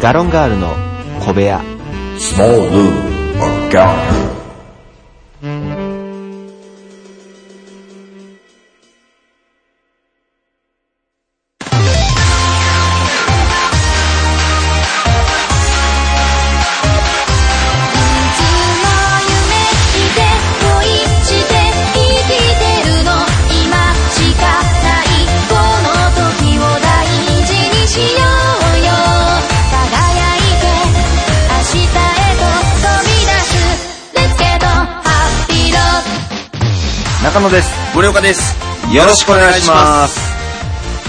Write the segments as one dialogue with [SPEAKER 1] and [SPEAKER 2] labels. [SPEAKER 1] ガロンガールの小部屋
[SPEAKER 2] Small Lou McGallagher.
[SPEAKER 3] いつも夢見て恋して生きてるの今しかないこの時を大事にしようよ輝いて明日へと飛び出す Let's get on Happy Road
[SPEAKER 4] 中野です。
[SPEAKER 5] 森岡です。
[SPEAKER 4] よろしくお願いします。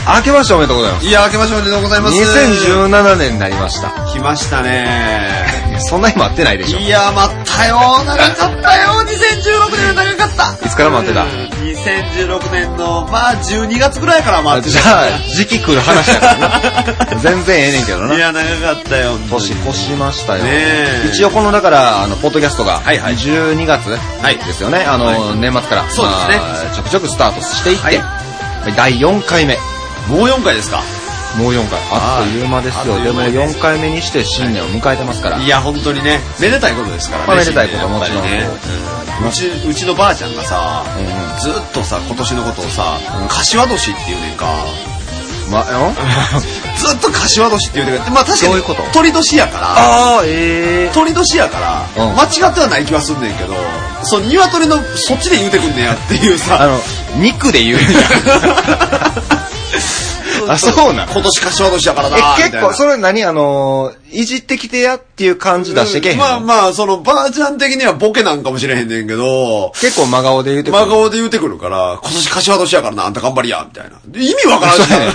[SPEAKER 4] 明けましておめでとうございます。
[SPEAKER 5] いや、明けましておめでとうございます。
[SPEAKER 4] 2017年になりました。
[SPEAKER 5] 来ましたね。
[SPEAKER 4] いやそんなに待ってないでしょ。い
[SPEAKER 5] いや、待ったよ。長かったよ。2016年長かった。
[SPEAKER 4] つから待ってた
[SPEAKER 5] 2016年の、まあ、12月ぐらいから
[SPEAKER 4] あ
[SPEAKER 5] 待って
[SPEAKER 4] じ
[SPEAKER 5] た。
[SPEAKER 4] ゃあ、時期来る話だ からな。全然ええねんけどな。
[SPEAKER 5] いや、長かったよ。
[SPEAKER 4] 年越しましたよ。
[SPEAKER 5] ねえ
[SPEAKER 4] 一応この、だから、あの、ポッドキャストが、
[SPEAKER 5] はいはい
[SPEAKER 4] 12月ですよね。あの、年末から、
[SPEAKER 5] そうですね
[SPEAKER 4] まあちょくちょくスタートしていって、
[SPEAKER 5] はい
[SPEAKER 4] 第4回目。
[SPEAKER 5] もう4回ですか
[SPEAKER 4] もう4回。あっという間ですよ。
[SPEAKER 5] あっとい
[SPEAKER 4] で
[SPEAKER 5] う
[SPEAKER 4] も
[SPEAKER 5] 間です
[SPEAKER 4] 4回目にして新年を迎えてますから。
[SPEAKER 5] いや、本当にね、めでたいことですからね。
[SPEAKER 4] まあめでたいこともちろん
[SPEAKER 5] やっぱりねうち、うちのばあちゃんがさ、
[SPEAKER 4] うん
[SPEAKER 5] ずっとさ、今年のことをさ、柏年っていうねんか。
[SPEAKER 4] まあ、ん
[SPEAKER 5] ずっと柏年って言うてくれて、まあ確か
[SPEAKER 4] どうい
[SPEAKER 5] に
[SPEAKER 4] うこと
[SPEAKER 5] 鳥年やから、
[SPEAKER 4] ああ、ええ
[SPEAKER 5] 鳥年やから、
[SPEAKER 4] うん
[SPEAKER 5] 間違ってはない気はすんねんけど、その鶏のそっちで言うてくんねやっていう
[SPEAKER 4] あ
[SPEAKER 5] さ、
[SPEAKER 4] の、肉で 言うんや。あそうなん
[SPEAKER 5] 今年柏年やからな
[SPEAKER 4] え、
[SPEAKER 5] みた
[SPEAKER 4] 結
[SPEAKER 5] いな
[SPEAKER 4] 構、それ何あのー、いじってきてやっていう感じ出してけへん。
[SPEAKER 5] まあまあ、そのばあちゃん的にはボケなんかもしれへんねんけど、
[SPEAKER 4] 結構真顔で言うてくる
[SPEAKER 5] 真顔で言うてくるから、今年柏年やからな、あんた頑張りや、みたいな。意味わからんし
[SPEAKER 4] そうやね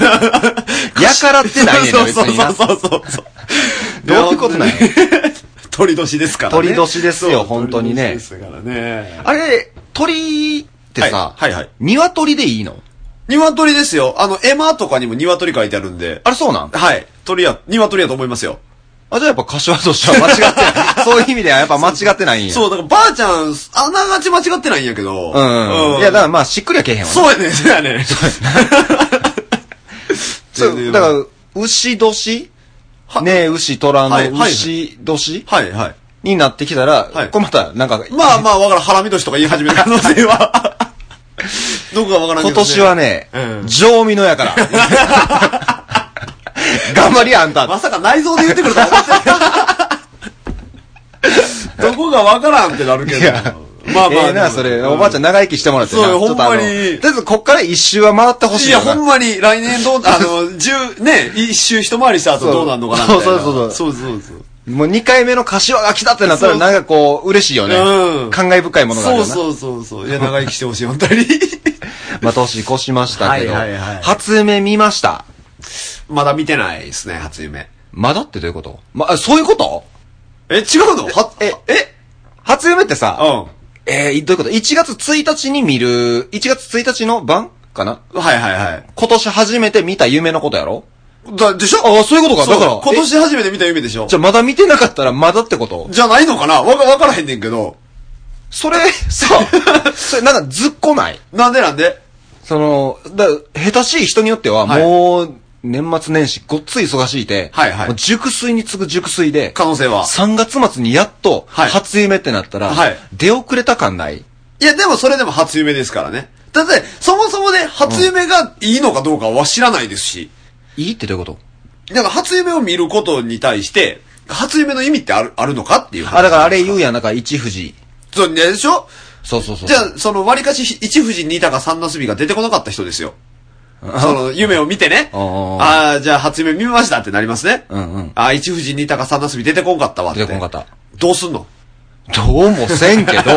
[SPEAKER 4] やからってないねんな別にな
[SPEAKER 5] そうそうそうそう。
[SPEAKER 4] どういうことなんや
[SPEAKER 5] 鳥年ですからね。
[SPEAKER 4] 鳥年ですよ
[SPEAKER 5] そう
[SPEAKER 4] 本当にね
[SPEAKER 5] 鳥年ですからね。
[SPEAKER 4] あれ、鳥ってさ、
[SPEAKER 5] はいはいはい
[SPEAKER 4] 鶏でいいの
[SPEAKER 5] 鶏ですよ。あの、エマとかにも鶏書いてあるんで。
[SPEAKER 4] あれそうなん
[SPEAKER 5] はい。鳥や、鶏やと思いますよ。
[SPEAKER 4] あ、じゃあやっぱ柏としては間違ってない。 そういう意味ではやっぱ間違ってないんや。う。
[SPEAKER 5] そう、だからばあちゃん、あながち間違ってないんやけど。
[SPEAKER 4] うん、うん。いや、だからまあしっくりはけえへんわ、ね。
[SPEAKER 5] そうやねん、そうやねん。
[SPEAKER 4] そう
[SPEAKER 5] 全然
[SPEAKER 4] だから、牛年
[SPEAKER 5] は
[SPEAKER 4] ねえ、牛、虎
[SPEAKER 5] はい
[SPEAKER 4] の
[SPEAKER 5] はい
[SPEAKER 4] 牛年
[SPEAKER 5] はい、はい。
[SPEAKER 4] になってきたら、
[SPEAKER 5] はい
[SPEAKER 4] これまた、なんか、
[SPEAKER 5] まあまあ、わからん、ハラミ年とか言い始めた可能性は。どこかわからんけ
[SPEAKER 4] 今
[SPEAKER 5] ど、
[SPEAKER 4] 年は。ね
[SPEAKER 5] う、ん
[SPEAKER 4] 上味のや から。頑張りや、あんた。
[SPEAKER 5] まさか内臓で言ってくるとは思って ないどこがわからんってなるけど
[SPEAKER 4] いや。
[SPEAKER 5] まあまあ。
[SPEAKER 4] ええな、それ。おばあちゃん
[SPEAKER 5] ん
[SPEAKER 4] 長生きしてもらってな。
[SPEAKER 5] そうよ
[SPEAKER 4] ちょっとあの
[SPEAKER 5] ほんまに
[SPEAKER 4] とりあえず、こっから一周は回ってほし
[SPEAKER 5] い
[SPEAKER 4] いよ
[SPEAKER 5] や、
[SPEAKER 4] な。
[SPEAKER 5] ほんまに、来年どう、あ の、十、ね、一周一回りした後
[SPEAKER 4] そう
[SPEAKER 5] どうなんのかなみたいな。
[SPEAKER 4] そうそう
[SPEAKER 5] そう。そうそうそう。
[SPEAKER 4] もう二回目の柏が来たってなったら、
[SPEAKER 5] そう
[SPEAKER 4] なんかこう、嬉しいよね。
[SPEAKER 5] うん
[SPEAKER 4] 感慨深いものがある
[SPEAKER 5] そ
[SPEAKER 4] よ
[SPEAKER 5] う
[SPEAKER 4] な。
[SPEAKER 5] そうそうそう。いや、長生きしてほしい、本当 に。
[SPEAKER 4] まあ、年越しましたけど。
[SPEAKER 5] はいはいはい
[SPEAKER 4] 初夢見ました。
[SPEAKER 5] まだ見てないですね、初夢。
[SPEAKER 4] まだってどういうことま、あそういうこと
[SPEAKER 5] え、違うのは、
[SPEAKER 4] え
[SPEAKER 5] え、え
[SPEAKER 4] 初夢ってさ、
[SPEAKER 5] う。
[SPEAKER 4] えー、どういうこと ?1 月1日に見る、1月1日の晩かなん
[SPEAKER 5] はいはいはい。
[SPEAKER 4] 今年初めて見た夢のことやろ
[SPEAKER 5] だ、でしょ
[SPEAKER 4] ああ、そういうことか。
[SPEAKER 5] そ
[SPEAKER 4] だ
[SPEAKER 5] う
[SPEAKER 4] から、
[SPEAKER 5] 今年初めて見た夢でしょ
[SPEAKER 4] えじゃあまだ見てなかったらまだってこと
[SPEAKER 5] じゃないのかなわか、わからへんねんけど。
[SPEAKER 4] それ、さ、それなんかずっこない
[SPEAKER 5] なんでなんで
[SPEAKER 4] その、だ、下手しい人によっては、
[SPEAKER 5] はい
[SPEAKER 4] もう、年末年始ごっつい忙しいて、
[SPEAKER 5] はいはい
[SPEAKER 4] もう熟睡に次ぐ熟睡で、
[SPEAKER 5] 可能性は。
[SPEAKER 4] 3月末にやっと、
[SPEAKER 5] はい
[SPEAKER 4] 初夢ってなったら、
[SPEAKER 5] はい
[SPEAKER 4] 出遅れた感ない
[SPEAKER 5] いや、でもそれでも初夢ですからね。だって、そもそもね、初夢がいいのかどうかは知らないですし。
[SPEAKER 4] いいってどういうこと
[SPEAKER 5] だから初夢を見ることに対して、初夢の意味ってある、あるのかっていう話。
[SPEAKER 4] あ、だからあれ言うやん、なんか一富士。
[SPEAKER 5] そうね、でしょ
[SPEAKER 4] そうそうそう。
[SPEAKER 5] じゃあ、その、割かし、一富士二鷹三なすびが出てこなかった人ですよ。その、夢を見 てね。
[SPEAKER 4] おうおうおう
[SPEAKER 5] ああ、じゃあ、初夢見ましたってなりますね。
[SPEAKER 4] うんうん
[SPEAKER 5] ああ、一富士二鷹三なすび出てこんかったわって。
[SPEAKER 4] 出てこんかった。
[SPEAKER 5] どうすんの
[SPEAKER 4] どうもせんけ ど、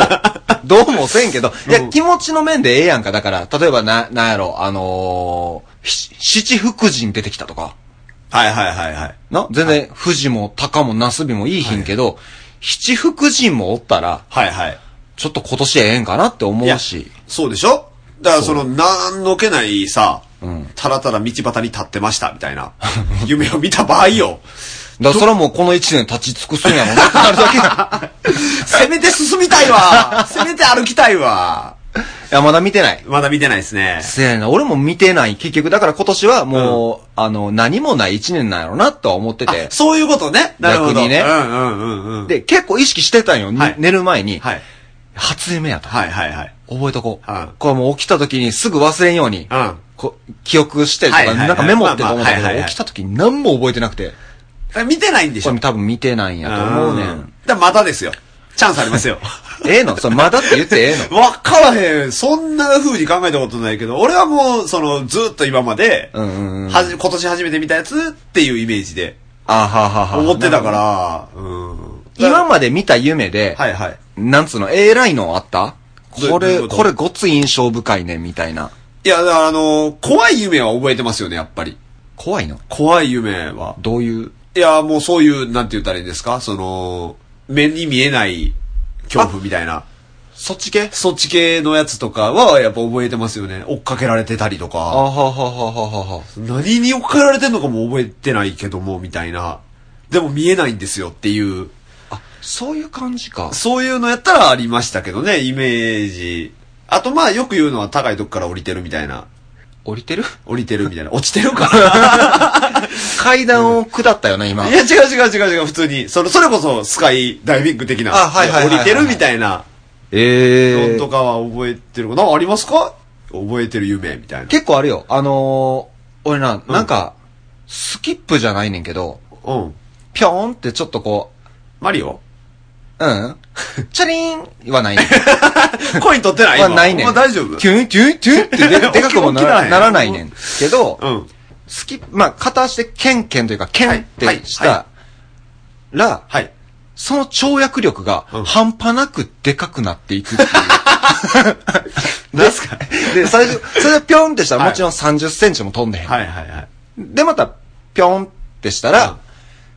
[SPEAKER 4] どうもせんけど、いや、気持ちの面でええやんか。だから、例えばな、なんやろ、あのー、ひ七福神出てきたとか、
[SPEAKER 5] はいはいはいはい。
[SPEAKER 4] な、全然、富士も鷹もなすびもいいひんけど、七福神もおったら、
[SPEAKER 5] はいはい。
[SPEAKER 4] ちょっと今年ええんかなって思
[SPEAKER 5] いうや
[SPEAKER 4] し、
[SPEAKER 5] そうでしょだからその、なんのけないさ、
[SPEAKER 4] ん
[SPEAKER 5] たらたら道端に立ってました、みた いな。夢を見た場合よ。
[SPEAKER 4] だからそれはもうこの一年立ち尽くすん やろなってなるだけやん。
[SPEAKER 5] せめて進みたいわ。せめて歩きたいわ。
[SPEAKER 6] や、まだ見てない。
[SPEAKER 5] まだ見てないですね。
[SPEAKER 6] せやな、俺も見てない。結局、だから今年はもう、あの、何もない一年なんやろな、とは思って
[SPEAKER 5] あ
[SPEAKER 6] て。
[SPEAKER 5] そういうことね。なるほど。
[SPEAKER 6] 逆にね
[SPEAKER 5] うんうんうんうん。
[SPEAKER 6] で、結構意識してたんよ。に
[SPEAKER 5] はい
[SPEAKER 6] 寝る前に。
[SPEAKER 5] はい。
[SPEAKER 6] 初夢やと。
[SPEAKER 5] はいはいはい。
[SPEAKER 6] 覚えとこう。
[SPEAKER 5] うん
[SPEAKER 6] これもう起きた時にすぐ忘れんように。
[SPEAKER 5] うん
[SPEAKER 6] こ記憶してと
[SPEAKER 5] はいは
[SPEAKER 6] か、
[SPEAKER 5] いはい
[SPEAKER 6] なんかメモってと思っ
[SPEAKER 5] まあまあはい
[SPEAKER 6] たけ
[SPEAKER 5] はい
[SPEAKER 6] ど、
[SPEAKER 5] はい
[SPEAKER 6] 起きた時に何も覚えてなくて。
[SPEAKER 5] あ見てないんでし
[SPEAKER 6] こ
[SPEAKER 5] ょ
[SPEAKER 6] れ。多分見てないんやと思うねん。
[SPEAKER 5] だからまたですよ。チャンスあります よ。
[SPEAKER 6] ええのそれまだって言ってえ えの
[SPEAKER 5] わからへん。そんな風に考えたことないけど、俺はもう、その、ずっと今まで、
[SPEAKER 6] うんうんうん
[SPEAKER 5] はじ今年初めて見たやつっていうイメージで、
[SPEAKER 6] あははは。。
[SPEAKER 5] 思ってたからら、うん。
[SPEAKER 6] 今まで見た夢で、
[SPEAKER 5] はいはい。
[SPEAKER 6] なんつうの、A ラインのあった
[SPEAKER 5] ど
[SPEAKER 6] こ
[SPEAKER 5] どういう
[SPEAKER 6] れ、
[SPEAKER 5] こと
[SPEAKER 6] これごつ印象深いね、みたいな。
[SPEAKER 5] いや、だからあの、怖い夢は覚えてますよね、やっぱり。
[SPEAKER 6] 怖いの
[SPEAKER 5] 怖い夢は。
[SPEAKER 6] どういう。
[SPEAKER 5] いや、もうそういう、なんて言ったらいいんですかその、目に見えない恐怖みたいな。
[SPEAKER 6] そっち系
[SPEAKER 5] そっち系のやつとかは、やっぱ覚えてますよね。追っかけられてたりと
[SPEAKER 6] あは
[SPEAKER 5] か。
[SPEAKER 6] はははは。
[SPEAKER 5] 何に追っかけられてんのかも覚えてないけども、みたいな。でも見えないんですよっていう。
[SPEAKER 6] そういう感じか。
[SPEAKER 5] そういうのやったらありましたけどね、イメージ。あとまあよく言うのは高いとこから降りてるみたいな。
[SPEAKER 6] 降りてる
[SPEAKER 5] 降りてるみたいな。落ちてるか
[SPEAKER 6] 階段を下ったよね、今
[SPEAKER 5] ない。や違う違う違う違う、普通に。それ、それこそスカイダイビング的な。
[SPEAKER 6] あはいはいはいはい
[SPEAKER 5] 降りてるみたいな。
[SPEAKER 6] ええ
[SPEAKER 5] のとかは覚えてるかなありますか覚えてる夢みたいな。
[SPEAKER 6] 結構あるよ。あのー、俺な、なんか、スキップじゃないねんけど、
[SPEAKER 5] うん。
[SPEAKER 6] ぴょんってちょっとこ
[SPEAKER 5] マリオ
[SPEAKER 6] う、うん。チャリーンはないねん。
[SPEAKER 5] コイン取ってない
[SPEAKER 6] は
[SPEAKER 5] 今
[SPEAKER 6] ないねん。
[SPEAKER 5] まあ大丈夫
[SPEAKER 6] キュンキュンキュンってででかくも な
[SPEAKER 5] 起き起きない
[SPEAKER 6] らならないねん。けど、
[SPEAKER 5] うん。
[SPEAKER 6] スキップ、まあ、片足でケンケンというか、ケンって
[SPEAKER 5] はいはい
[SPEAKER 6] したら、
[SPEAKER 5] はい。
[SPEAKER 6] その跳躍力が
[SPEAKER 5] うん
[SPEAKER 6] 半端なくでかくなっていくってい う。
[SPEAKER 5] ですか
[SPEAKER 6] で、最初、それでピョンってしたら
[SPEAKER 5] はい
[SPEAKER 6] もちろん30センチも飛んでへん。
[SPEAKER 5] はいはいはい。
[SPEAKER 6] で、また、ピョンってした
[SPEAKER 5] うん
[SPEAKER 6] ら、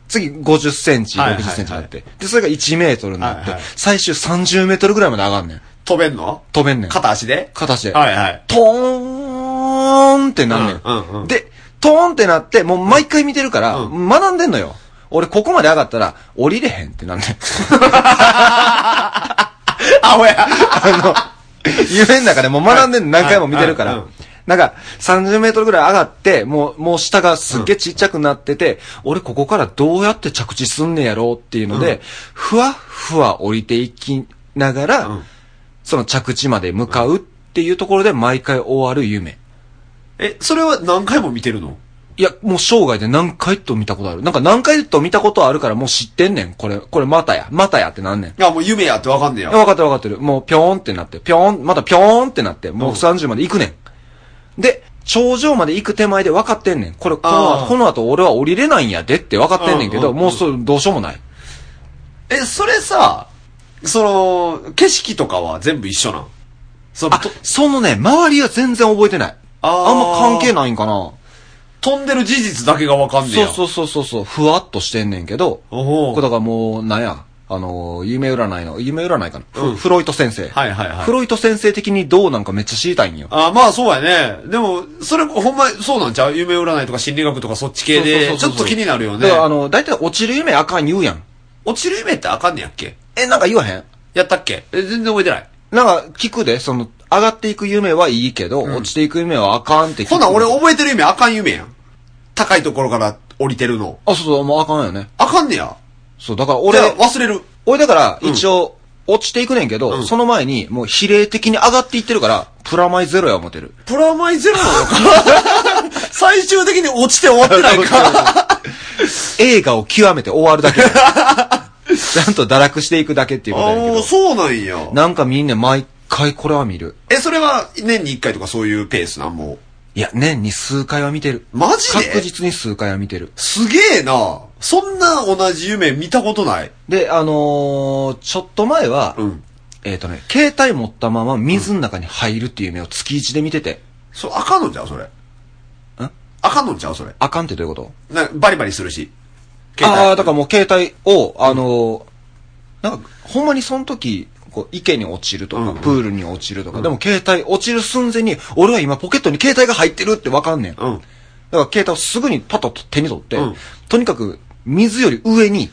[SPEAKER 6] 次50センチ、
[SPEAKER 5] はいはい
[SPEAKER 6] 60
[SPEAKER 5] はい
[SPEAKER 6] センチになって、で、それが1メートルにな
[SPEAKER 5] は
[SPEAKER 6] っ
[SPEAKER 5] いは
[SPEAKER 6] て
[SPEAKER 5] い、
[SPEAKER 6] 最終30メートルぐらいまで上がんねん。
[SPEAKER 5] 飛べんの
[SPEAKER 6] 飛べんねん。
[SPEAKER 5] 片足で
[SPEAKER 6] 片足で。
[SPEAKER 5] はいはい。
[SPEAKER 6] トーンってなんねん。
[SPEAKER 5] うんうんうん
[SPEAKER 6] で、トーンってなって、もう毎回見てるから、
[SPEAKER 5] う
[SPEAKER 6] 学んでんのよ。俺ここまで上がったら、降りれへんってなんねん。
[SPEAKER 5] あ、おや。
[SPEAKER 6] あの、夢の中でもう学んでんの
[SPEAKER 5] はい
[SPEAKER 6] 何回も見てるか
[SPEAKER 5] はい
[SPEAKER 6] ら
[SPEAKER 5] うん。
[SPEAKER 6] なんか、30メートルぐらい上がって、もう、もう下がすっげえちっちゃくなってて、俺ここからどうやって着地すんねやろうっていうので、ふわふわ降りていきながら、
[SPEAKER 5] うん
[SPEAKER 6] その着地まで向かうっていうところで毎回終わる夢。
[SPEAKER 5] え、それは何回も見てるの
[SPEAKER 6] いや、もう生涯で何回と見たことある。なんか何回と見たことあるからもう知ってんねん。これ、これまたや、またやってなんねん。
[SPEAKER 5] いや、もう夢やってわかんねえ
[SPEAKER 6] い
[SPEAKER 5] や
[SPEAKER 6] や。分かってる分かってる。もうぴょーんってなって、ぴょーん、またぴょーんってなって、もう
[SPEAKER 5] うん
[SPEAKER 6] 30まで行くねん。で、頂上まで行く手前で分かってんねん。これ、この
[SPEAKER 5] あー
[SPEAKER 6] 後この後俺は降りれないんやでって分かってんねんけ
[SPEAKER 5] う
[SPEAKER 6] ど、
[SPEAKER 5] んうんうん
[SPEAKER 6] もうそれどうしようもない。
[SPEAKER 5] え、それさ、その、景色とかは全部一緒なんその
[SPEAKER 6] あ
[SPEAKER 5] と、
[SPEAKER 6] そのね、周りは全然覚えてない。
[SPEAKER 5] あー
[SPEAKER 6] あんま関係ないんかな。
[SPEAKER 5] 飛んでる事実だけがわかんねえ
[SPEAKER 6] そう
[SPEAKER 5] や。
[SPEAKER 6] そううそうそうそう、ふわっとしてんねんけど、
[SPEAKER 5] お
[SPEAKER 6] これ
[SPEAKER 5] お
[SPEAKER 6] だからもう、なんや、あのー、夢占いの、夢占いかな。フ
[SPEAKER 5] うん
[SPEAKER 6] フロイト先生。
[SPEAKER 5] はいはいはい
[SPEAKER 6] フロイト先生的にどうなんかめっちゃ知りたいんよ。
[SPEAKER 5] あまあそうやね。でも、それ、ほんま、そうなんちゃう夢占いとか心理学とかそっち系で、ち
[SPEAKER 6] そ
[SPEAKER 5] ょ
[SPEAKER 6] う
[SPEAKER 5] っ
[SPEAKER 6] そうそうそ
[SPEAKER 5] と
[SPEAKER 6] う
[SPEAKER 5] 気になるよね
[SPEAKER 6] だ。からあの、だいたい落ちる夢あかん言うやん。
[SPEAKER 5] 落ちる夢ってあかんねやっけ
[SPEAKER 6] え、なんか言わへん
[SPEAKER 5] やったっけえ、全然覚えてない。
[SPEAKER 6] なんか聞くで、その、上がっていく夢はいいけど、落ちていく夢はあかんって聞く。
[SPEAKER 5] ほな、俺覚えてる夢あかん夢やん。高いところから降りてるの。
[SPEAKER 6] あ、そうそう、もうあかんよね。
[SPEAKER 5] あかんねや。
[SPEAKER 6] そう、だから
[SPEAKER 5] 俺
[SPEAKER 6] 俺、、
[SPEAKER 5] 忘れる。
[SPEAKER 6] 俺だから、一応、落ちていくねんけど、
[SPEAKER 5] うん
[SPEAKER 6] その前に、もう比例的に上がっていってるから、プラマイゼロや思ってる。
[SPEAKER 5] プラマイゼロなのか 最終的に落ちて終わってないか。
[SPEAKER 6] 映画を極めて終わ るだけ。ちゃんと堕落していくだけっていうこと
[SPEAKER 5] あ
[SPEAKER 6] やねん
[SPEAKER 5] あ、
[SPEAKER 6] け
[SPEAKER 5] そうなんや。
[SPEAKER 6] ど。なんかみんな毎回これは見る。
[SPEAKER 5] え、それは年に一回とかそういうペースなんも
[SPEAKER 6] いや、年に数回は見てる。
[SPEAKER 5] う。マジで
[SPEAKER 6] 確実に数回は見てる。
[SPEAKER 5] すげえな。そんな同じ夢見たことない。
[SPEAKER 6] で、あのー、ちょっと前は、
[SPEAKER 5] うん。
[SPEAKER 6] えっ、とね、携帯持ったまま水の中に入るっていう夢を月一で見てて、
[SPEAKER 5] そ、あかんのちゃうそれ。んあかんのちゃうそれ。
[SPEAKER 6] あかんってどういうこと
[SPEAKER 5] な、バリバリするし。
[SPEAKER 6] ああー、だからもう携帯を、あのーなんか、ほんまにその時、こう池に落ちるとか、
[SPEAKER 5] うんうん
[SPEAKER 6] プールに落ちるとか、でも携帯落ちる寸前に、俺は今ポケットに携帯が入ってるってわかんねん。だから
[SPEAKER 5] うん。
[SPEAKER 6] 携帯をすぐにパッと手に取って、
[SPEAKER 5] うん
[SPEAKER 6] とにかく水より上に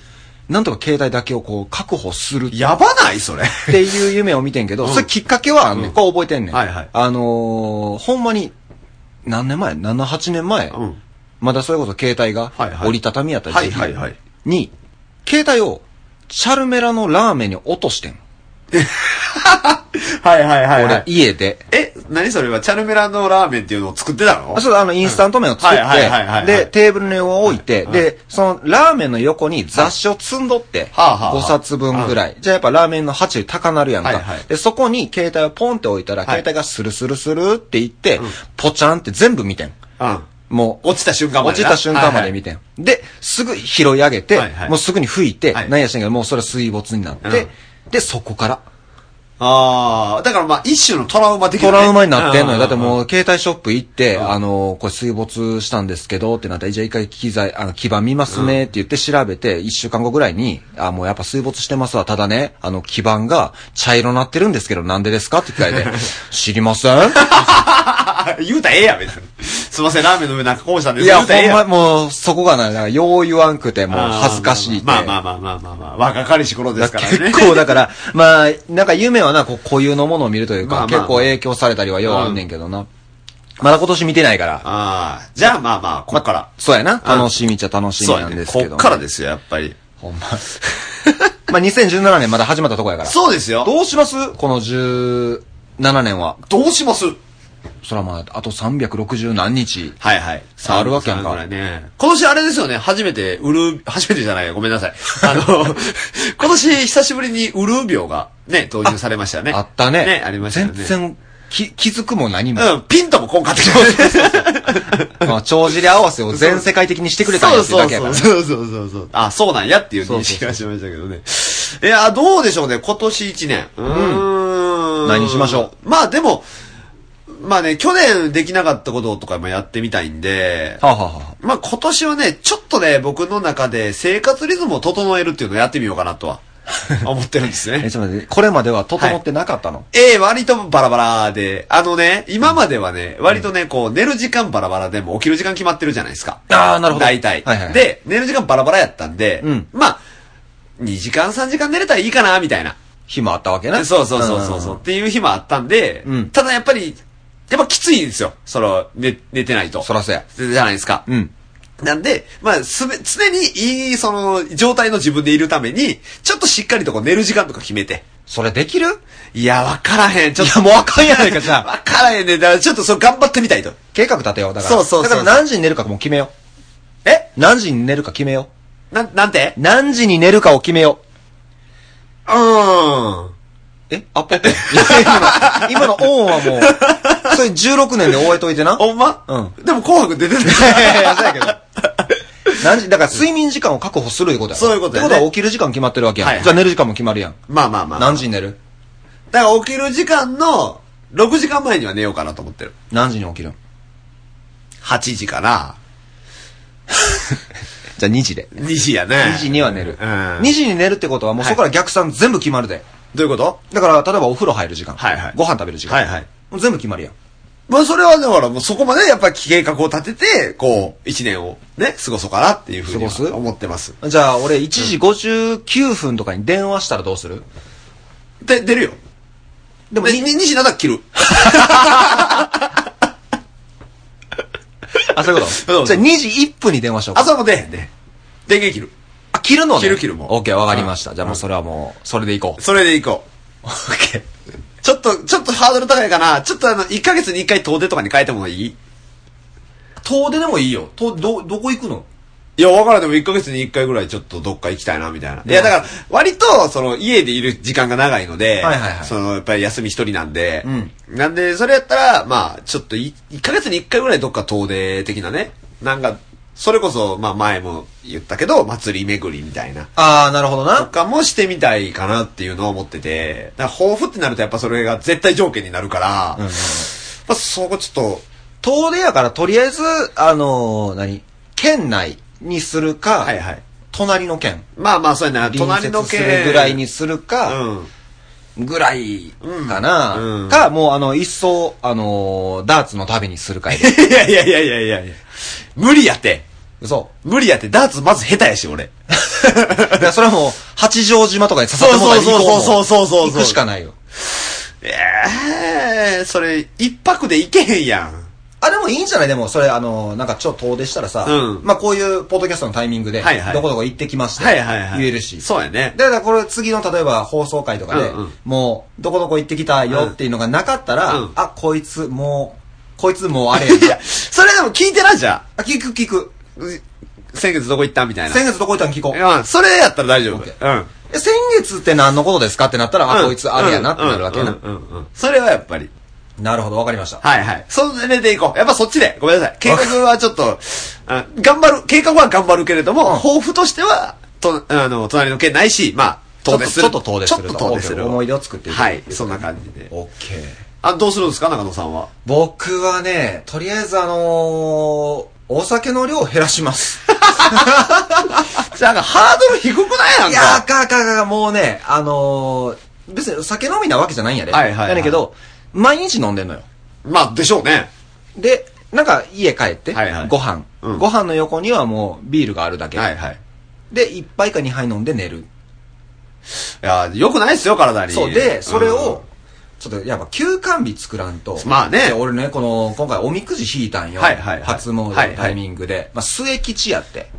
[SPEAKER 6] なんとか携帯だけをこう確保する
[SPEAKER 5] やばないそれ。
[SPEAKER 6] っていう夢を見てんけど、
[SPEAKER 5] うん
[SPEAKER 6] それきっかけはあんねん、
[SPEAKER 5] うん
[SPEAKER 6] これ覚えてんねん。
[SPEAKER 5] はいはい
[SPEAKER 6] あのーほんまに、何年前 ?7、8年前、
[SPEAKER 5] うん
[SPEAKER 6] まだそれこそ携帯が
[SPEAKER 5] はいはい
[SPEAKER 6] 折りたたみやった
[SPEAKER 5] はい
[SPEAKER 6] 時期
[SPEAKER 5] はいはい。
[SPEAKER 6] に、携帯をチャルメラのラーメンに落としてん。
[SPEAKER 5] はいはいはい、は
[SPEAKER 6] 俺、
[SPEAKER 5] い。
[SPEAKER 6] 家で。
[SPEAKER 5] え、何それはチャルメラのラーメンっていうのを作ってたの
[SPEAKER 6] あそう、あの、インスタント麺を作っ
[SPEAKER 5] うんはいはいはいはいは
[SPEAKER 6] て、
[SPEAKER 5] い
[SPEAKER 6] で、テーブルの上を置いて、
[SPEAKER 5] はい
[SPEAKER 6] で、その、ラーメンの横に雑誌を積んどって、
[SPEAKER 5] はあはあはあ
[SPEAKER 6] 5冊分ぐらい。じゃあやっぱラーメンの鉢高なるやん
[SPEAKER 5] は
[SPEAKER 6] か
[SPEAKER 5] いはい。
[SPEAKER 6] で、そこに携帯をポンって置いたら、
[SPEAKER 5] はい
[SPEAKER 6] 携帯がスルスルスルっていって
[SPEAKER 5] うん、
[SPEAKER 6] ポチャンって全部見てん。
[SPEAKER 5] うん。
[SPEAKER 6] もう、
[SPEAKER 5] 落ちた瞬間までな。
[SPEAKER 6] 落ちた瞬間まで見てん。で、すぐ拾い上げて
[SPEAKER 5] はいは、い
[SPEAKER 6] もうすぐに吹いて、
[SPEAKER 5] はい
[SPEAKER 6] なんやしんけど、もうそれは水没になっ
[SPEAKER 5] う
[SPEAKER 6] て
[SPEAKER 5] ん、
[SPEAKER 6] で、そこから。
[SPEAKER 5] ああ、だからまあ一種のトラウマ的な、
[SPEAKER 6] トラウマになってんのよ。だって
[SPEAKER 5] う
[SPEAKER 6] もう、携帯ショップ行って、
[SPEAKER 5] ん
[SPEAKER 6] あの、これ水没したんですけど、ってなったら、じゃあ一回機材、あの、基盤見ますね、って言って調べて、一週間後ぐらいに、あ、もうやっぱ水没してますわ。ただね、あの、基盤が茶色なってるんですけど、なんでですかって聞かれ て、知りません
[SPEAKER 5] あ言うたらええやん、別に。 すいません、ラーメンの上なんかこぼしたんで
[SPEAKER 6] い
[SPEAKER 5] す
[SPEAKER 6] や、
[SPEAKER 5] 言
[SPEAKER 6] ほ
[SPEAKER 5] うたらええ
[SPEAKER 6] ん
[SPEAKER 5] やん
[SPEAKER 6] ま、もう、そこがな、なんかよう言わんくて、もう恥ずかしいって。
[SPEAKER 5] まあまあまあまあまあまあ、若かりし頃ですからね。
[SPEAKER 6] 結構だから、 まあ、なんか夢はな、こう固有のものを見るというか、
[SPEAKER 5] まあまあ
[SPEAKER 6] 結構影響されたりはようあんねんけどな。まだ今年見てないから。
[SPEAKER 5] ああ、じゃあまあまあ、こっから。
[SPEAKER 6] まあそうやな。
[SPEAKER 5] うん
[SPEAKER 6] 楽しみっちゃ楽しみ
[SPEAKER 5] そう
[SPEAKER 6] な
[SPEAKER 5] や
[SPEAKER 6] ん
[SPEAKER 5] ね
[SPEAKER 6] ですけど、
[SPEAKER 5] こっからですよ、やっぱり。
[SPEAKER 6] ほんま。 まあ、2017年まだ始まったとこやから。
[SPEAKER 5] そうですよ。
[SPEAKER 6] どうしますこの17年は。
[SPEAKER 5] どうします
[SPEAKER 6] そらまあ、あと360何日。
[SPEAKER 5] はいはい。
[SPEAKER 6] さああるわけやん
[SPEAKER 5] さ
[SPEAKER 6] か
[SPEAKER 5] ああるらいね。今年あれですよね、初めて、うるう、初めてじゃないよ、ごめんなさい。あの、 今年久しぶりにうるう病がね、投入されましたよね。
[SPEAKER 6] あったね。
[SPEAKER 5] ね、ありましたよね。
[SPEAKER 6] 全然、き、気づくも何も。
[SPEAKER 5] うん、ピンともこんかってきま
[SPEAKER 6] まあ、帳尻合わせを全世界的にしてくれたんやってだけやからね。
[SPEAKER 5] そうそうそうそうそう。あ、そうなんやっていう認識がしましたけどね。いや、どうでしょうね、今年1年。うーん。
[SPEAKER 6] 何しましょ
[SPEAKER 5] う。まあでも、まあね、去年できなかったこととかもやってみたいんで、
[SPEAKER 6] はあ、はあはあ、
[SPEAKER 5] まあ今年はね、ちょっとね、僕の中で生活リズムを整えるっていうのをやってみようかな とは、思ってるんですね
[SPEAKER 6] え、。ちょっと待って、これまでは整ってなかったの、
[SPEAKER 5] ええ割とバラバラで、あのね、今まではね、割とね、こう、寝る時間バラバラでも起きる時間決まってるじゃないですか。
[SPEAKER 6] あーなるほど
[SPEAKER 5] 大体。
[SPEAKER 6] はいはい
[SPEAKER 5] で、寝る時間バラバラやったんで、
[SPEAKER 6] うん
[SPEAKER 5] まあ、2時間3時間寝れたらいいかな、みたいな。
[SPEAKER 6] 日もあったわけね。
[SPEAKER 5] そうそうそうそうそう、
[SPEAKER 6] ん
[SPEAKER 5] っ。ていう日もあったんで、
[SPEAKER 6] うん
[SPEAKER 5] ただやっぱり、やっぱきついんですよ。その、寝、寝てないと。
[SPEAKER 6] そらそうや。
[SPEAKER 5] じゃないですか。
[SPEAKER 6] うん。
[SPEAKER 5] なんで、まあ、すべ、常にいい、その、状態の自分でいるために、ちょっとしっかりとこう寝る時間とか決めて。
[SPEAKER 6] それできる
[SPEAKER 5] いや、わからへん。ちょっと。
[SPEAKER 6] いやもうわかんやないかじゃあ
[SPEAKER 5] わからへんね。だから、ちょっとそう、頑張ってみたいと。
[SPEAKER 6] 計画立てよう。だから。
[SPEAKER 5] そうそうそう
[SPEAKER 6] だから何時に寝るかもう決めよ
[SPEAKER 5] え
[SPEAKER 6] う。何時に寝るか決めよ
[SPEAKER 5] なん、なんて
[SPEAKER 6] う。何時に寝るかを決めよう。
[SPEAKER 5] うーん。
[SPEAKER 6] えアポ今の、今のオンはもう、それ16年で終えといてな。
[SPEAKER 5] ほんま
[SPEAKER 6] う
[SPEAKER 5] でも、紅白出てない。
[SPEAKER 6] いやい やそうやけど何時、だから睡眠時間を確保するいうことやろ
[SPEAKER 5] そういうことやね
[SPEAKER 6] ってことは起きる時間決まってるわけやん。
[SPEAKER 5] はいはい
[SPEAKER 6] じゃあ寝る時間も決まるやん。
[SPEAKER 5] まあまあまあ。
[SPEAKER 6] 何時に寝る
[SPEAKER 5] だから、起きる時間の、6時間前には寝ようかなと思ってる。
[SPEAKER 6] 何時に起きるん
[SPEAKER 5] 8時から、
[SPEAKER 6] じゃあ2時で。
[SPEAKER 5] 2時やね。
[SPEAKER 6] 2時には寝る。
[SPEAKER 5] うん。
[SPEAKER 6] 2時に寝るってことはもう
[SPEAKER 5] はい
[SPEAKER 6] そこから逆算全部決まるで。
[SPEAKER 5] どういうこと
[SPEAKER 6] だから、例えばお風呂入る時間。
[SPEAKER 5] はいはい
[SPEAKER 6] ご飯食べる時間。
[SPEAKER 5] はいはい
[SPEAKER 6] もう全部決まるやん。
[SPEAKER 5] まあ、それはだから、もうそこまでやっぱり計画を立てて、こう、1年をね、過ごそうかなっていうふうに
[SPEAKER 6] 過ごす
[SPEAKER 5] は思ってます。
[SPEAKER 6] じゃあ、俺、1時59分とかに電話したらどうする
[SPEAKER 5] で、出るよ。
[SPEAKER 6] でも、
[SPEAKER 5] でに
[SPEAKER 6] に
[SPEAKER 5] 2時なんだ切る。
[SPEAKER 6] あ、そういうこ
[SPEAKER 5] う
[SPEAKER 6] と
[SPEAKER 5] ん
[SPEAKER 6] じゃあ、2時1分に電話しようか。
[SPEAKER 5] 朝も出へんね。電源切る。
[SPEAKER 6] あ、切るのね。
[SPEAKER 5] 切る切るもう
[SPEAKER 6] オッケー、わかりました。
[SPEAKER 5] うん
[SPEAKER 6] じゃあもうそれはもう、それでいこう。
[SPEAKER 5] それで行こう。オッケー。ちょっと、ちょっとハードル高いかな。ちょっとあの、1ヶ月に1回遠出とかに変えてもいい
[SPEAKER 6] 遠出でもいいよ。遠、ど、どこ行くの
[SPEAKER 5] いや、わからんでも1ヶ月に1回ぐらいちょっとどっか行きたいな、みたいな。いや、だから、割と、その、家でいる時間が長いので、
[SPEAKER 6] はいはいはい
[SPEAKER 5] その、やっぱり休み一人なんで、
[SPEAKER 6] うん
[SPEAKER 5] なんで、それやったら、まあ、ちょっとい、1ヶ月に1回ぐらいどっか遠出的なね。なんか、それこそ、まあ前も言ったけど、祭り巡りみたいな。
[SPEAKER 6] あー、なるほど
[SPEAKER 5] と
[SPEAKER 6] な。
[SPEAKER 5] かもしてみたいかなっていうのを思ってて、だから抱負ってなるとやっぱそれが絶対条件になるから、
[SPEAKER 6] うんうんうん
[SPEAKER 5] まあそこちょっ
[SPEAKER 6] 遠出やから、とりあえず、あのー、何県内にするか、
[SPEAKER 5] と、はいはい。
[SPEAKER 6] 隣の県。
[SPEAKER 5] まあまあそうやな、
[SPEAKER 6] 隣
[SPEAKER 5] 隣の
[SPEAKER 6] 接す
[SPEAKER 5] 県
[SPEAKER 6] るぐらいにする
[SPEAKER 5] う
[SPEAKER 6] か、
[SPEAKER 5] ん。
[SPEAKER 6] ぐらいか
[SPEAKER 5] うんう
[SPEAKER 6] な。
[SPEAKER 5] ん
[SPEAKER 6] か、もう、あの、一層、あのー、ダーツの旅にするかいで。
[SPEAKER 5] いやいやいやいやいやいや無理やって。
[SPEAKER 6] 嘘。
[SPEAKER 5] 無理やって。ダーツまず下手やし、俺。
[SPEAKER 6] いや、それはもう、八丈島とかに刺さっても
[SPEAKER 5] そ
[SPEAKER 6] ら
[SPEAKER 5] うそうそうそうそうそうそう
[SPEAKER 6] 行くしかないよ。
[SPEAKER 5] ええー、それ、一泊で行けへんやん。
[SPEAKER 6] あ、でもいいんじゃないでも、それ、あの、なんか、ちょっと遠出したらさ、
[SPEAKER 5] うん
[SPEAKER 6] まあ、こういう、ポッドキャストのタイミングで、
[SPEAKER 5] はいはい
[SPEAKER 6] どこどこ行ってきました、
[SPEAKER 5] はいはいはい。
[SPEAKER 6] 言えるし。
[SPEAKER 5] そうやね。
[SPEAKER 6] だからこれ次の例えば放送回とかで、
[SPEAKER 5] うんうん
[SPEAKER 6] もうどこどこ行ってきたよっていうのがなかったら、
[SPEAKER 5] うん
[SPEAKER 6] あ、こいつもう、こいつもう あれやな
[SPEAKER 5] それでも聞いてな、じゃ
[SPEAKER 6] あ、聞く聞く。
[SPEAKER 5] あ。う先月どこ行ったみたいな。
[SPEAKER 6] 先月どこ行ったん聞こう。
[SPEAKER 5] うん、それやったら大丈夫。
[SPEAKER 6] オッケ
[SPEAKER 5] うん。
[SPEAKER 6] え先月って何のことですかってなったら、あ、こいつあれやなってなるわけや
[SPEAKER 5] うん
[SPEAKER 6] な。
[SPEAKER 5] うんうんうんそれはやっぱり。
[SPEAKER 6] なるほど、わかりました。
[SPEAKER 5] はいはい。それで行こう。やっぱそっちで。ごめんなさい。計画はちょっと、うん頑張る、計画は頑張るけれども、抱負としては、と、あの、隣の県ないし、まあ、遠出する。
[SPEAKER 6] ちょっとちょっと遠出する
[SPEAKER 5] ちょっと遠出する。
[SPEAKER 6] 思い出を作っていく
[SPEAKER 5] はい。そんな感じで。
[SPEAKER 6] オッケー。
[SPEAKER 5] あ、どうするんですか中野さんは。
[SPEAKER 6] 僕はね、とりあえずあのーお酒の量を減らします。
[SPEAKER 5] じゃあ、なんかハードル低くないなん
[SPEAKER 6] いやー、
[SPEAKER 5] か。
[SPEAKER 6] かあかあかあかあ、もうね、あのー別に酒飲みなわけじゃないんやで。
[SPEAKER 5] はいはいはい
[SPEAKER 6] やねんけど、毎日飲んでんのよ。
[SPEAKER 5] まあ、でしょうね。
[SPEAKER 6] で、なんか家帰って、
[SPEAKER 5] はいはい
[SPEAKER 6] ご飯、
[SPEAKER 5] うん
[SPEAKER 6] ご飯の横にはもうビールがあるだけ。
[SPEAKER 5] はいはい。
[SPEAKER 6] で、1杯か2杯飲んで寝る。
[SPEAKER 5] いやー、良くないですよ、体に。
[SPEAKER 6] そう。で、それを、
[SPEAKER 5] うん、
[SPEAKER 6] ちょっとやっぱ休館日作らんと。
[SPEAKER 5] まあね
[SPEAKER 6] で俺ね、この、今回おみくじ引いたんよ。
[SPEAKER 5] はいはいはい
[SPEAKER 6] 初詣の
[SPEAKER 5] はいはい
[SPEAKER 6] タイミングで。まあ末吉やって。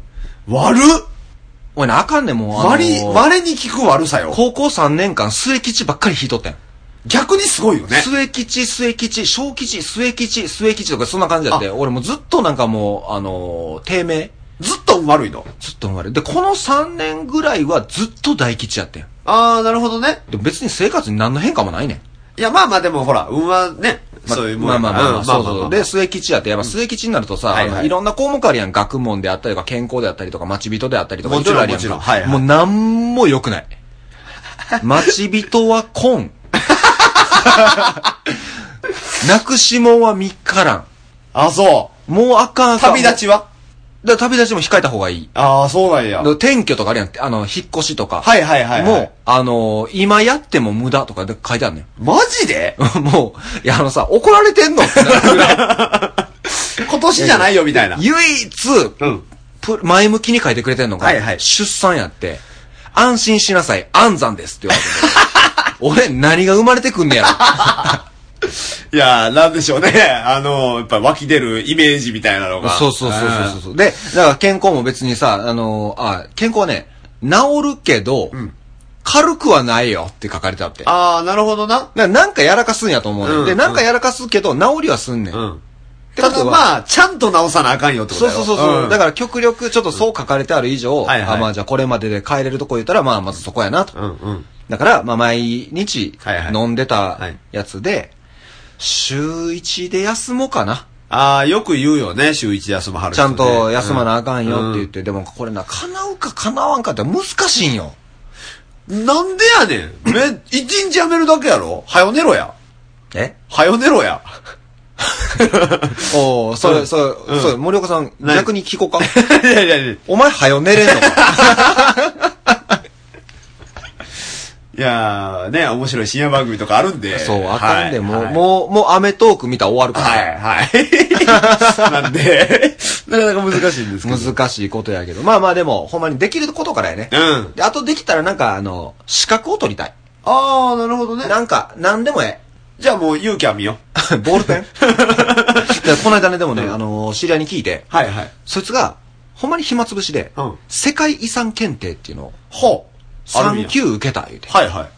[SPEAKER 5] 悪っ
[SPEAKER 6] おいな、あかんねん、もう。あの
[SPEAKER 5] 割
[SPEAKER 6] ー
[SPEAKER 5] り、割に効く悪さよ。
[SPEAKER 6] 高校3年間末吉ばっかり引いとってん。
[SPEAKER 5] 逆にすごいよね。
[SPEAKER 6] 末吉、末吉、小吉、末吉、末吉とかそんな感じだって、俺もうずっとなんかもう、あのー、低迷。
[SPEAKER 5] ずっと運悪いの。
[SPEAKER 6] ずっと生まれる。で、この3年ぐらいはずっと大吉やってん。
[SPEAKER 5] あー、なるほどね。
[SPEAKER 6] でも別に生活に何の変化もないねん。
[SPEAKER 5] いや、まあまあでもほら、運はね、
[SPEAKER 6] ま
[SPEAKER 5] そういうもんや
[SPEAKER 6] ま
[SPEAKER 5] か
[SPEAKER 6] あ
[SPEAKER 5] ら
[SPEAKER 6] まあまあまあ、
[SPEAKER 5] ん
[SPEAKER 6] そうそう。で、末吉やって、やっぱ末吉になるとさ、
[SPEAKER 5] はいは
[SPEAKER 6] あ
[SPEAKER 5] い
[SPEAKER 6] のいろんな項目あるやん。学問であったりとか、健康であったりとか、待ち人であったりとか、
[SPEAKER 5] も
[SPEAKER 6] い
[SPEAKER 5] ち
[SPEAKER 6] ろ
[SPEAKER 5] ろ
[SPEAKER 6] い
[SPEAKER 5] ん
[SPEAKER 6] ろあるやんか。
[SPEAKER 5] もちろんはいはい
[SPEAKER 6] もうなんも良く ない。待ち人は婚。なくしもんは三日らん。
[SPEAKER 5] あ、そう。
[SPEAKER 6] もうあかんあかん
[SPEAKER 5] 旅立ちは
[SPEAKER 6] だから旅立ちも控えた方がいい。
[SPEAKER 5] ああ、そうなんや。
[SPEAKER 6] だから転居とかあるやん。あの、引っ越しとか。
[SPEAKER 5] はいはいはいはい
[SPEAKER 6] もう、あのー今やっても無駄とかで書いてあるね
[SPEAKER 5] マジで
[SPEAKER 6] ん。 もう、いや、あのさ、怒られ てんのってなるぐらい
[SPEAKER 5] 今年じゃないよ、みたいな。
[SPEAKER 6] 唯一、
[SPEAKER 5] うん。
[SPEAKER 6] プ前向きに書いてくれてんのが、
[SPEAKER 5] はいはい
[SPEAKER 6] 出産やって、安心しなさい、安産ですって言われてる俺、 何が生まれてくんねやろ。
[SPEAKER 5] いやー、なんでしょうね。 あのー、やっぱ湧き出るイメージみたいなのが。
[SPEAKER 6] そうそうそうそうそうそう。で、だから健康も別にさ、あのーあ、健康はね、治るけど、軽くはないよって書かれてあって。
[SPEAKER 5] あーあー、なるほどな。
[SPEAKER 6] ななんかやらかすんやと思うねん。
[SPEAKER 5] うん
[SPEAKER 6] で、なんかやらかすけど、治りはすんねん。
[SPEAKER 5] うん。
[SPEAKER 6] てこ
[SPEAKER 5] た
[SPEAKER 6] とは
[SPEAKER 5] だまあ、ちゃんと直さなあかんよってこと
[SPEAKER 6] そう
[SPEAKER 5] だよ
[SPEAKER 6] そうそうそう、
[SPEAKER 5] ん
[SPEAKER 6] だから極力、ちょっとそう書かれてある以上、
[SPEAKER 5] はいはい
[SPEAKER 6] あまあじゃあこれまでで帰れるとこ言ったら、まあまずそこやなと。
[SPEAKER 5] うんうん。
[SPEAKER 6] だから、まあ毎日
[SPEAKER 5] はいはい
[SPEAKER 6] 飲んでたやつで、週1で休もうかな。
[SPEAKER 5] ああ、よく言うよね、週一休まはる
[SPEAKER 6] ち
[SPEAKER 5] 人
[SPEAKER 6] ゃ
[SPEAKER 5] ね、
[SPEAKER 6] んと休まなあかんよって言っ
[SPEAKER 5] う
[SPEAKER 6] て、でもこれな、叶うか叶わんかって難しいんよ。
[SPEAKER 5] んなんでやねん。め、一日やめるだけやろはよ寝ろや。
[SPEAKER 6] え
[SPEAKER 5] はよ寝ろや。
[SPEAKER 6] おお、それ、
[SPEAKER 5] うん
[SPEAKER 6] それ、
[SPEAKER 5] うん
[SPEAKER 6] それ、森岡さん、
[SPEAKER 5] 何
[SPEAKER 6] 逆に聞こうか。
[SPEAKER 5] いやいやいや。
[SPEAKER 6] お前、はよ寝れんのか。
[SPEAKER 5] いやー、ね、面白い深夜番組とかあるんで。
[SPEAKER 6] そう、あかんで、
[SPEAKER 5] はい
[SPEAKER 6] もう、
[SPEAKER 5] はい
[SPEAKER 6] もう、もう、アメトーク見たら終わるから。
[SPEAKER 5] はい、はい。なんで、なかなか難しいんですけど。
[SPEAKER 6] 難しいことやけど。まあまあでも、ほんまにできることからやね。
[SPEAKER 5] うん。
[SPEAKER 6] で、あとできたらなんか、あの、資格を取りたい。
[SPEAKER 5] あー、なるほどね。
[SPEAKER 6] なんか、なんでもえ
[SPEAKER 5] じゃあもう勇気は見よう。
[SPEAKER 6] え。ボールペンでこの間ね、でもね、あの、知り合いに聞いて、
[SPEAKER 5] はいはい。
[SPEAKER 6] そいつが、ほんまに暇つぶしで、
[SPEAKER 5] うん
[SPEAKER 6] 世界遺産検定っていうのを、
[SPEAKER 5] ほう。あるんや
[SPEAKER 6] 3級受けた、言うて。
[SPEAKER 5] はいはい。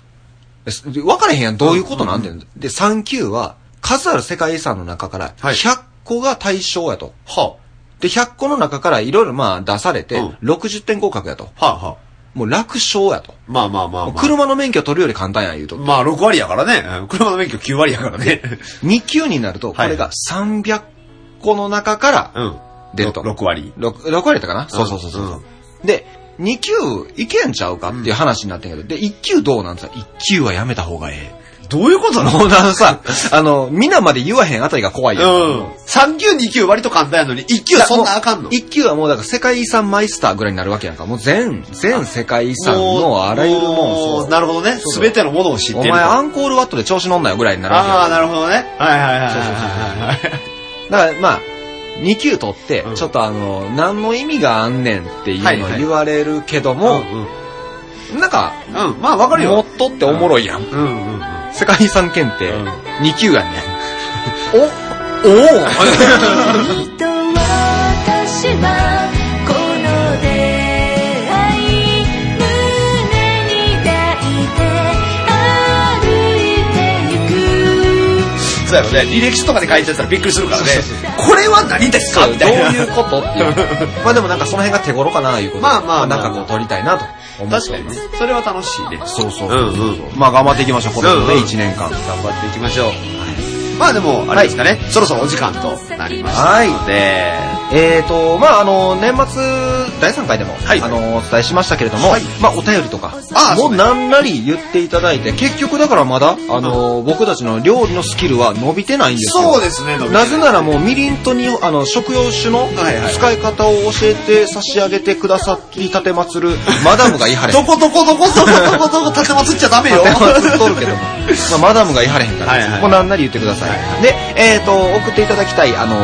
[SPEAKER 6] ですで分からへんやん、どういうことなんて。で、3級は、数ある世界遺産の中から、
[SPEAKER 5] はい
[SPEAKER 6] 100個が対象やと。
[SPEAKER 5] は
[SPEAKER 6] で、100個の中からいろいろまあ出されて、
[SPEAKER 5] うん
[SPEAKER 6] 60点合格やと。
[SPEAKER 5] あ、はあ、はあ。
[SPEAKER 6] もう楽勝やと。
[SPEAKER 5] まあまあまあ
[SPEAKER 6] もう
[SPEAKER 5] まあ。
[SPEAKER 6] 車の免許取るより簡単や言うと。
[SPEAKER 5] まあ6割やからね。うん車の免許9割やからね。
[SPEAKER 6] 2級になると、こ
[SPEAKER 5] はい
[SPEAKER 6] れが300個の中から
[SPEAKER 5] うん。
[SPEAKER 6] 出ると。
[SPEAKER 5] 6割。
[SPEAKER 6] 6, 6割やったかな、そうそうそうそうそう。で、2級いけんちゃうかっていう話になってんけど、で、1級どうなんですか ?1 級はやめた方がええ。
[SPEAKER 5] どういうことなの
[SPEAKER 6] もうあのさ、あの、皆まで言わへんあたりが怖いや
[SPEAKER 5] うん。3級2級割と簡単やのに、1級そんなあかんの
[SPEAKER 6] 一級はもうだから世界遺産マイスターぐらいになるわけやんか。もう全、全世界遺産
[SPEAKER 5] もう
[SPEAKER 6] のあらゆるもん
[SPEAKER 5] も
[SPEAKER 6] そう
[SPEAKER 5] うなるほどね。
[SPEAKER 6] そうそ
[SPEAKER 5] す
[SPEAKER 6] う
[SPEAKER 5] べてのものを知っ
[SPEAKER 6] お
[SPEAKER 5] てい
[SPEAKER 6] 前
[SPEAKER 5] ると。
[SPEAKER 6] アンコールワットで調子乗んなよぐらいになるわけやん
[SPEAKER 5] ああ、なるほどね。はいはいはいはいはいはい。
[SPEAKER 6] だからまあ、 2級取って、
[SPEAKER 5] うん
[SPEAKER 6] ちょっとあの、何の意味があんねんっていう
[SPEAKER 5] はい
[SPEAKER 6] の
[SPEAKER 5] はい
[SPEAKER 6] 言われるけども、
[SPEAKER 5] うんうん
[SPEAKER 6] なんか、
[SPEAKER 5] うん、まあわかる
[SPEAKER 6] も
[SPEAKER 5] よ
[SPEAKER 6] っ。とっておもろいやん。
[SPEAKER 5] うんうんうん。
[SPEAKER 6] 世界遺産検定、
[SPEAKER 5] うん
[SPEAKER 6] 2級やねん。
[SPEAKER 5] おお
[SPEAKER 3] きっと私はこの出会い胸に抱いて歩いてゆく
[SPEAKER 5] そうやろね。履歴書とかで書いちゃったらびっくりするからね
[SPEAKER 6] そうそう。
[SPEAKER 5] これは何ですかみ
[SPEAKER 6] ど
[SPEAKER 5] た
[SPEAKER 6] う
[SPEAKER 5] いな。
[SPEAKER 6] いうことっ ていう。まあでもなんかその辺が手頃かな、いうことで。
[SPEAKER 5] まあまあまあ
[SPEAKER 6] なんかこう取りたいなと思って
[SPEAKER 5] 確かにね。それは楽しいね。
[SPEAKER 6] そうそう
[SPEAKER 5] う
[SPEAKER 6] そう。
[SPEAKER 5] んうん
[SPEAKER 6] まあ頑張っていきましょう、これもね、
[SPEAKER 5] うんうん
[SPEAKER 6] 1年間。
[SPEAKER 5] 頑張っていきましょう。まあでも、あれですかね、そろそろお時間となりましたので、
[SPEAKER 6] えーと、まああの、年末、第3回でも、
[SPEAKER 5] はい
[SPEAKER 6] あの、お伝えしましたけれども、
[SPEAKER 5] はい
[SPEAKER 6] まあお便りとか、
[SPEAKER 5] あ
[SPEAKER 6] も
[SPEAKER 5] そううね
[SPEAKER 6] なんなり言っていただいて、結局だからまだ、あの、僕たちの料理のスキルは伸びてないんですよ。
[SPEAKER 5] そうですね、
[SPEAKER 6] なぜならもうみりんとにあの食用酒の
[SPEAKER 5] はいはい
[SPEAKER 6] 使い方を教えて差し上げてくださり立てまつるマダムが言 いはれへん
[SPEAKER 5] どこどこどこどこどこどこ立てまつっちゃダメよ。
[SPEAKER 6] 立てまつっとるけども、 まあ、マダムが言いはれへんから、
[SPEAKER 5] はいはい
[SPEAKER 6] ここなんなり言ってください、で、えー、と送っていただきたい、あのー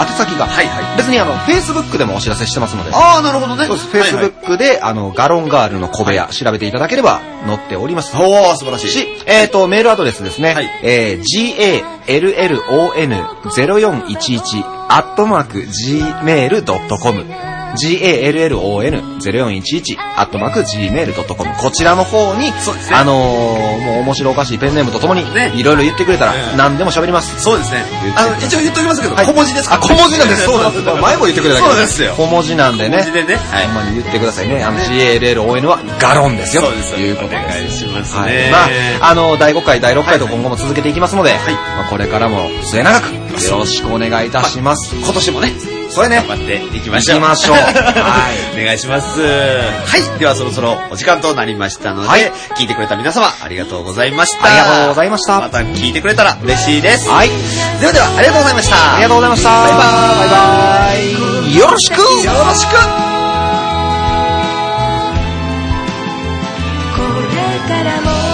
[SPEAKER 6] 宛先が、
[SPEAKER 5] はいは
[SPEAKER 6] 別にあの Facebook でもお知らせしてますので
[SPEAKER 5] ああ、なるほどね。
[SPEAKER 6] そうです、
[SPEAKER 5] はいはい
[SPEAKER 6] Facebook で、あの、ガロンガールの小部屋、調べていただければ載っております。
[SPEAKER 5] おー、素晴らしい。
[SPEAKER 6] し、えっ、と、メールアドレスですね。
[SPEAKER 5] はい
[SPEAKER 6] えー、gallon0411 アットマーク gmail.com gallon0411 アットマーク gmail.com こちらの方に、
[SPEAKER 5] そうですね
[SPEAKER 6] あのーもう面白おかしいペンネームとともに、
[SPEAKER 5] ね
[SPEAKER 6] いろいろ言ってくれた
[SPEAKER 5] え
[SPEAKER 6] ら
[SPEAKER 5] え
[SPEAKER 6] 何でも喋ります。
[SPEAKER 5] そうですね。あの、一応言っときますけど、
[SPEAKER 6] はい
[SPEAKER 5] 小文字です
[SPEAKER 6] あ、小文字なんです。 そうなんです。前も言ってくれたけど。
[SPEAKER 5] そうですよ。
[SPEAKER 6] 小文字なんで
[SPEAKER 5] 小
[SPEAKER 6] ね。
[SPEAKER 5] 文字でねはい
[SPEAKER 6] ほんまに言ってくださいね。あの、GALLON はガロンですよ。
[SPEAKER 5] そうです
[SPEAKER 6] ということです。
[SPEAKER 5] お願いしますね
[SPEAKER 6] はいまあ、あの、第5回、第6回と今後も続けていきますので、まあこれからも末永くよろしくお願いいたします。
[SPEAKER 5] 今年もね、
[SPEAKER 6] それね
[SPEAKER 5] 頑、張っていきましょう。
[SPEAKER 6] 行きましょう
[SPEAKER 5] はい。お願いします。はい。ではそろそろお時間となりましたので、
[SPEAKER 6] はい
[SPEAKER 5] 聞いてくれた皆様ありがとうございました。
[SPEAKER 6] ありがとうございました
[SPEAKER 5] また聞いてくれたら嬉しいです。
[SPEAKER 6] はい。
[SPEAKER 5] ではでは、ありがとうございました。
[SPEAKER 6] ありがとうございました。
[SPEAKER 5] バイバイ。
[SPEAKER 6] バイバイ。よろしく
[SPEAKER 5] よろし
[SPEAKER 3] こ
[SPEAKER 5] く
[SPEAKER 3] れからも